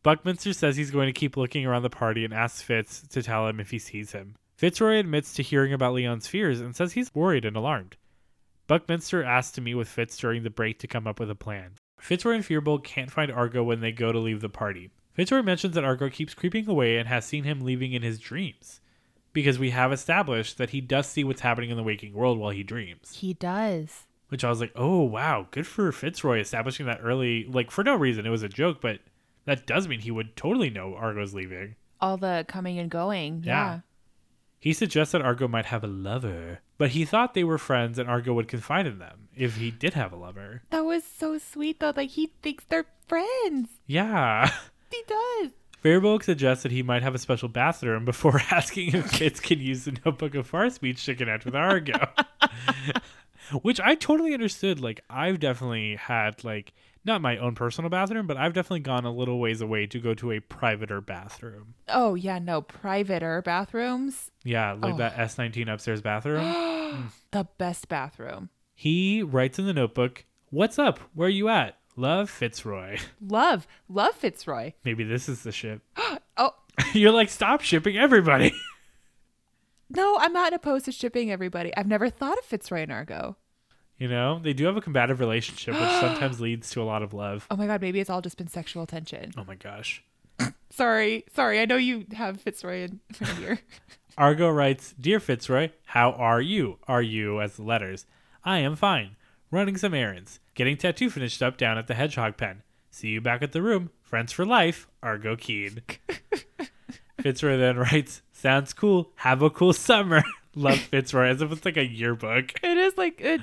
S1: Buckminster says he's going to keep looking around the party and asks Fitz to tell him if he sees him. Fitzroy admits to hearing about Leon's fears and says he's worried and alarmed. Buckminster asks to meet with Fitz during the break to come up with a plan. Fitzroy and Fearbolt can't find Argo when they go to leave the party. Fitzroy mentions that Argo keeps creeping away and has seen him leaving in his dreams, because we have established that he does see what's happening in the waking world while he dreams.
S2: He does.
S1: Which I was like, oh wow, good for Fitzroy establishing that early, like for no reason. It was a joke, but that does mean he would totally know Argo's leaving.
S2: All the coming and going.
S1: Yeah. He suggests that Argo might have a lover, but he thought they were friends and Argo would confide in them if he did have a lover.
S2: That was so sweet though. Like he thinks they're friends.
S1: Yeah.
S2: He does.
S1: Faribault suggests that he might have a special bathroom before asking if kids can use the Notebook of Far speech to connect with Argo. Which I totally understood. Like, I've definitely had, like, not my own personal bathroom, but I've definitely gone a little ways away to go to a privater bathroom.
S2: Oh yeah, no private or bathrooms.
S1: Yeah, like
S2: Oh.
S1: that S19 upstairs bathroom.
S2: the best bathroom.
S1: He writes in the notebook, What's up? Where you at? Love Fitzroy.
S2: Love, love Fitzroy.
S1: Maybe this is the ship.
S2: Oh
S1: You're like, stop shipping everybody.
S2: no, I'm not opposed to shipping everybody. I've never thought of Fitzroy and Argo.
S1: you know, they do have a combative relationship, which sometimes leads to a lot of love.
S2: Oh my god, maybe it's all just been sexual tension.
S1: Oh my gosh.
S2: Sorry, sorry. I know you have Fitzroy in front of you.
S1: Argo writes, Dear Fitzroy, how are you? Are you as the letters? I am fine. Running some errands. Getting tattoo finished up down at the hedgehog pen. See you back at the room. Friends for life, Argo Keen. Fitzroy then writes, Sounds cool. Have a cool summer. Love Fitzroy as if it's like a yearbook.
S2: it is like it.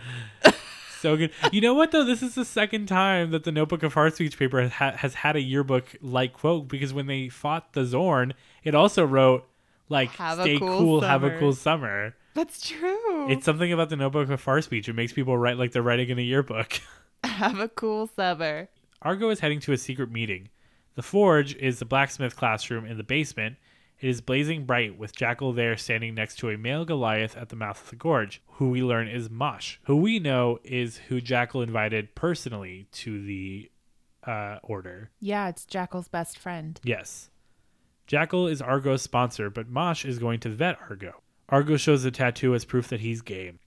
S1: So good. You know what though? This is the second time that the Notebook of Heart speech paper has, ha- has had a yearbook like quote because when they fought the Zorn, it also wrote like
S2: Have a
S1: "Stay
S2: cool
S1: cool, have a
S2: summer."
S1: cool summer."
S2: That's true.
S1: It's something about the Notebook of Heart speech. It makes people write like they're writing in a yearbook.
S2: have a cool summer.
S1: Argo is heading to a secret meeting. The forge is the blacksmith classroom in the basement. It is blazing bright with Jackal there standing next to a male Goliath at the mouth of the gorge, who we learn is Mosh, who we know is who Jackal invited personally to the uh, order.
S2: Yeah, it's Jackal's best friend.
S1: Yes. Jackal is Argo's sponsor, but Mosh is going to vet Argo. Argo shows the tattoo as proof that he's game.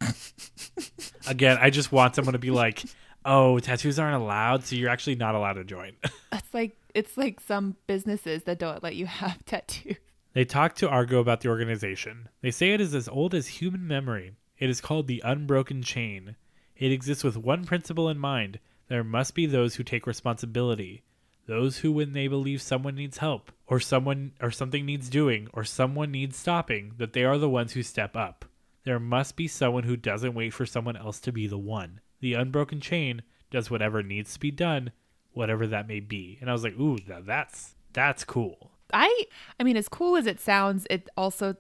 S1: Again, I just want someone to be like, oh, tattoos aren't allowed, so you're actually not allowed to join.
S2: It's like it's like some businesses that don't let you have tattoos.
S1: They talk to Argo about the organization. They say it is as old as human memory. It is called the Unbroken Chain. It exists with one principle in mind there must be those who take responsibility. Those who, when they believe someone needs help, or someone or something needs doing, or someone needs stopping, that they are the ones who step up. There must be someone who doesn't wait for someone else to be the one. The unbroken chain does whatever needs to be done, whatever that may be. And I was like, ooh, now that's that's cool.
S2: I I mean as cool as it sounds, it also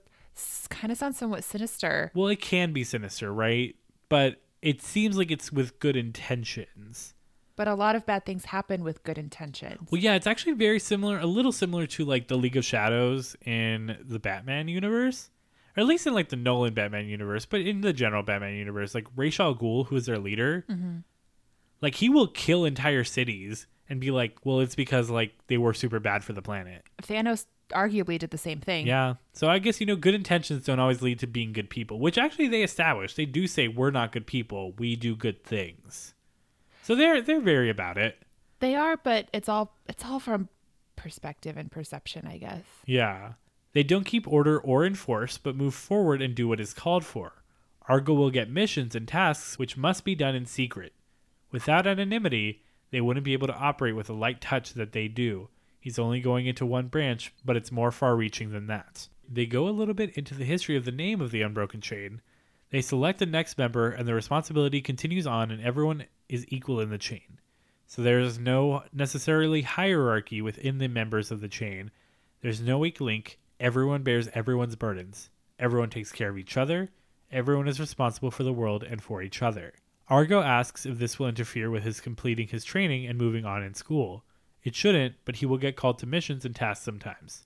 S2: kind of sounds somewhat sinister.
S1: Well, it can be sinister, right? But it seems like it's with good intentions.
S2: But a lot of bad things happen with good intentions.
S1: Well, yeah, it's actually very similar, a little similar to like the League of Shadows in the Batman universe, or at least in like the Nolan Batman universe, but in the general Batman universe, like Ra's al Ghul, who is their leader, like he will kill entire cities and be like, well, it's because like they were super bad for the planet.
S2: Thanos arguably did the same thing.
S1: Yeah. So I guess, you know, good intentions don't always lead to being good people, which actually they establish. They do say we're not good people, we do good things. So they're they're very about it.
S2: They are, but it's all it's all from perspective and perception, I guess.
S1: Yeah. They don't keep order or enforce, but move forward and do what is called for. Argo will get missions and tasks which must be done in secret. Without anonymity, They wouldn't be able to operate with the light touch that they do. He's only going into one branch, but it's more far reaching than that. They go a little bit into the history of the name of the Unbroken Chain. They select the next member, and the responsibility continues on, and everyone is equal in the chain. So there is no necessarily hierarchy within the members of the chain. There's no weak link. Everyone bears everyone's burdens. Everyone takes care of each other. Everyone is responsible for the world and for each other. Argo asks if this will interfere with his completing his training and moving on in school. It shouldn't, but he will get called to missions and tasks sometimes.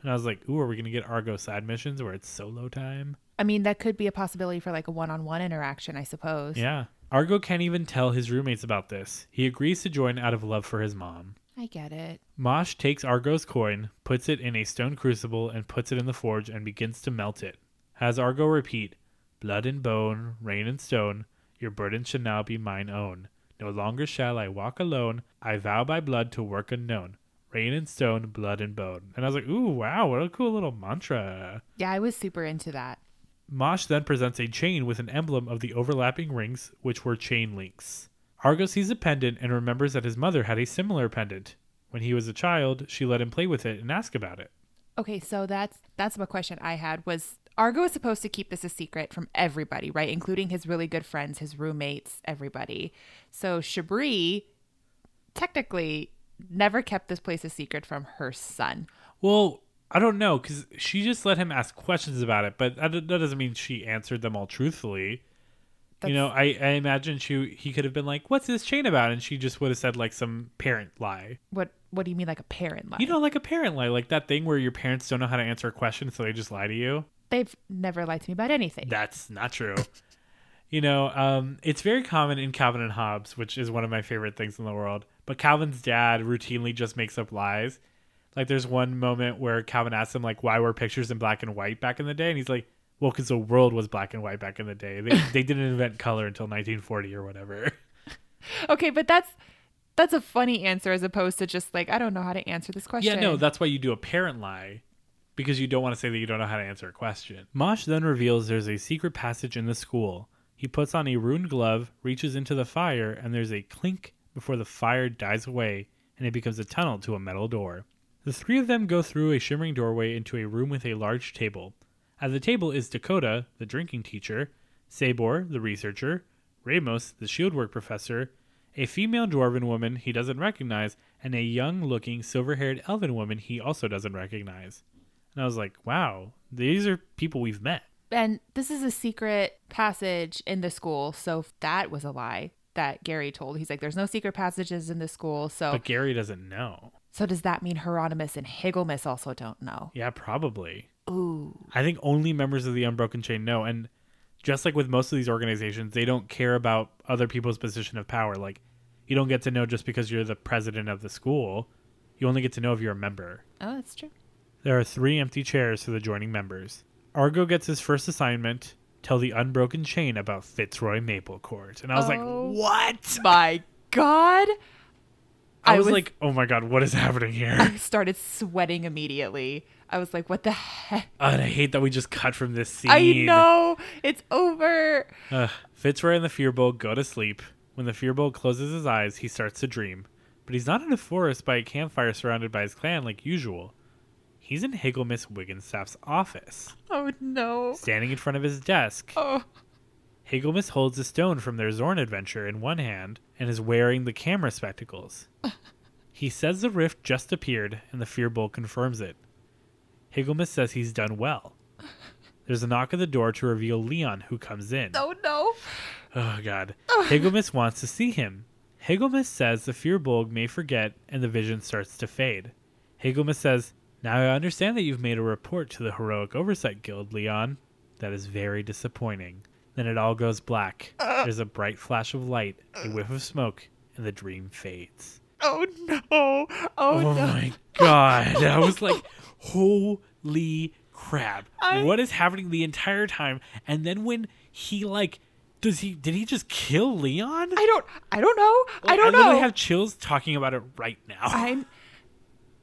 S1: And I was like, ooh, are we going to get Argo side missions where it's solo time?
S2: I mean, that could be a possibility for like a one on one interaction, I suppose.
S1: Yeah. Argo can't even tell his roommates about this. He agrees to join out of love for his mom.
S2: I get it.
S1: Mosh takes Argo's coin, puts it in a stone crucible, and puts it in the forge and begins to melt it. Has Argo repeat, Blood and bone, rain and stone, your burden shall now be mine own. No longer shall I walk alone. I vow by blood to work unknown. Rain and stone, blood and bone. And I was like, ooh, wow, what a cool little mantra.
S2: Yeah, I was super into that.
S1: Mosh then presents a chain with an emblem of the overlapping rings, which were chain links. Argo sees a pendant and remembers that his mother had a similar pendant. When he was a child, she let him play with it and ask about it.
S2: Okay, so that's that's my question I had was Argo is supposed to keep this a secret from everybody, right? Including his really good friends, his roommates, everybody. So Shabri technically never kept this place a secret from her son.
S1: Well, I don't know, because she just let him ask questions about it, but that, that doesn't mean she answered them all truthfully.
S2: That's,
S1: you know, I, I imagine she he could have been like, "What's this chain about?" and she just would have said like some parent lie.
S2: what what do you mean like a parent lie?
S1: You know, like a parent lie, like that thing where your parents don't know how to answer a question, so they just lie to you.
S2: they've never lied to me about anything.
S1: That's not true. you know, um, it's very common in Calvin and Hobbes, which is one of my favorite things in the world. But Calvin's dad routinely just makes up lies. Like, there's one moment where Calvin asks him, like, why were pictures in black and white back in the day? And he's like, well, because the world was black and white back in the day. They, they didn't invent color until 1940 or whatever.
S2: okay, but that's that's a funny answer as opposed to just like I don't know how to answer this question.
S1: Yeah, no, that's why you do a parent lie because you don't want to say that you don't know how to answer a question. Mosh then reveals there's a secret passage in the school. He puts on a ruined glove, reaches into the fire, and there's a clink before the fire dies away and it becomes a tunnel to a metal door. The three of them go through a shimmering doorway into a room with a large table. At the table is Dakota, the drinking teacher, Sabor, the researcher, Ramos, the shieldwork professor, a female dwarven woman he doesn't recognize, and a young looking silver haired elven woman he also doesn't recognize. And I was like, wow, these are people we've met.
S2: and this is a secret passage in the school, so that was a lie that Gary told. He's like, there's no secret passages in the school, so
S1: But Gary doesn't know.
S2: so does that mean Hieronymus and Higglemus also don't know?
S1: Yeah, probably.
S2: Ooh,
S1: I think only members of the Unbroken Chain know. And just like with most of these organizations, they don't care about other people's position of power. Like, you don't get to know just because you're the president of the school, you only get to know if you're a member.
S2: oh, that's true.
S1: There are three empty chairs for the joining members. Argo gets his first assignment tell the unbroken chain about Fitzroy Maplecourt. And I was
S2: Oh.
S1: like, what?
S2: My God,
S1: I,
S2: I
S1: was,
S2: was-
S1: like, oh my God, what is happening here?
S2: I started sweating immediately. I was like, what the heck?
S1: and I hate that we just cut from this scene.
S2: I know it's over.
S1: Ugh. Fitzroy and the Fearbowl go to sleep. When the Fearbowl closes his eyes, he starts to dream. But he's not in a forest by a campfire surrounded by his clan like usual. He's in Higglemas Wigginstaff's office,
S2: Oh no.
S1: standing in front of his desk.
S2: Oh.
S1: Higglemas holds a stone from their Zorn adventure in one hand and is wearing the camera spectacles. he says the rift just appeared, and the Fear Bowl confirms it. Higglemas says he's done well. There's a knock at the door to reveal Leon, who comes in.
S2: Oh no.
S1: Oh God. Higglemus wants to see him. Higglemus says the Fearbolg may forget and the vision starts to fade. Higglemus says, Now I understand that you've made a report to the Heroic Oversight Guild, Leon. That is very disappointing. Then it all goes black. There's a bright flash of light, a whiff of smoke, and the dream fades.
S2: Oh no. Oh,
S1: Oh
S2: no.
S1: my god. I was like, holy crap.
S2: I-
S1: What is happening the entire time? And then when he like does he did he just kill Leon?
S2: I don't I don't know. I
S1: Like,
S2: don't
S1: I literally
S2: know.
S1: have chills talking about it right now.
S2: I'm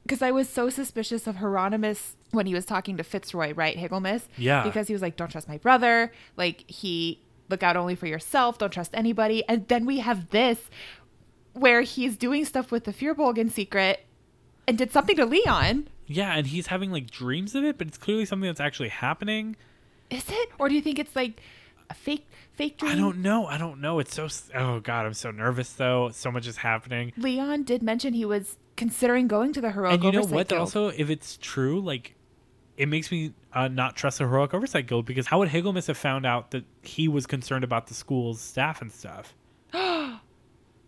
S2: because I was so suspicious of Hieronymus when he was talking to Fitzroy, right? Higglemus.
S1: Yeah.
S2: Because he was like, Don't trust my brother. Like he look out only for yourself, don't trust anybody. And then we have this where he's doing stuff with the Fearbolg in secret and did something to Leon.
S1: Yeah, and he's having like dreams of it, but it's clearly something that's actually happening.
S2: Is it? Or do you think it's like a fake fake dream?
S1: I don't know. I don't know. It's so s- oh god, I'm so nervous though. So much is happening.
S2: Leon did mention he was considering going to the heroic
S1: and you know
S2: Oversight
S1: what? That
S2: Guild.
S1: also, if it's true, like it makes me uh, not trust the heroic oversight guild because how would Higglemus have found out that he was concerned about the school's staff and stuff?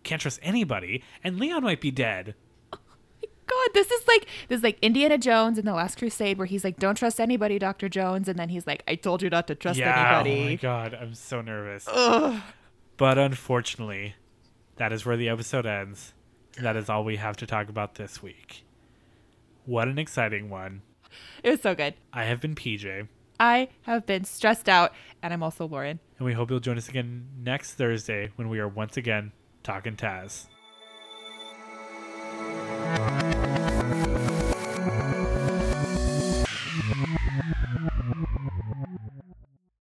S1: Can't trust anybody, and Leon might be dead.
S2: God, this is like this is like Indiana Jones in the Last Crusade, where he's like, "Don't trust anybody, Doctor Jones," and then he's like, "I told you not to trust
S1: yeah. Oh my
S2: anybody."
S1: god, I'm so nervous. But unfortunately, that is where the episode ends. That is all we have to talk about this week. What an exciting one!
S2: It was so good.
S1: I have been PJ.
S2: I have been stressed out, and I'm also Lauren.
S1: and we hope you'll join us again next Thursday when we are once again talking Taz.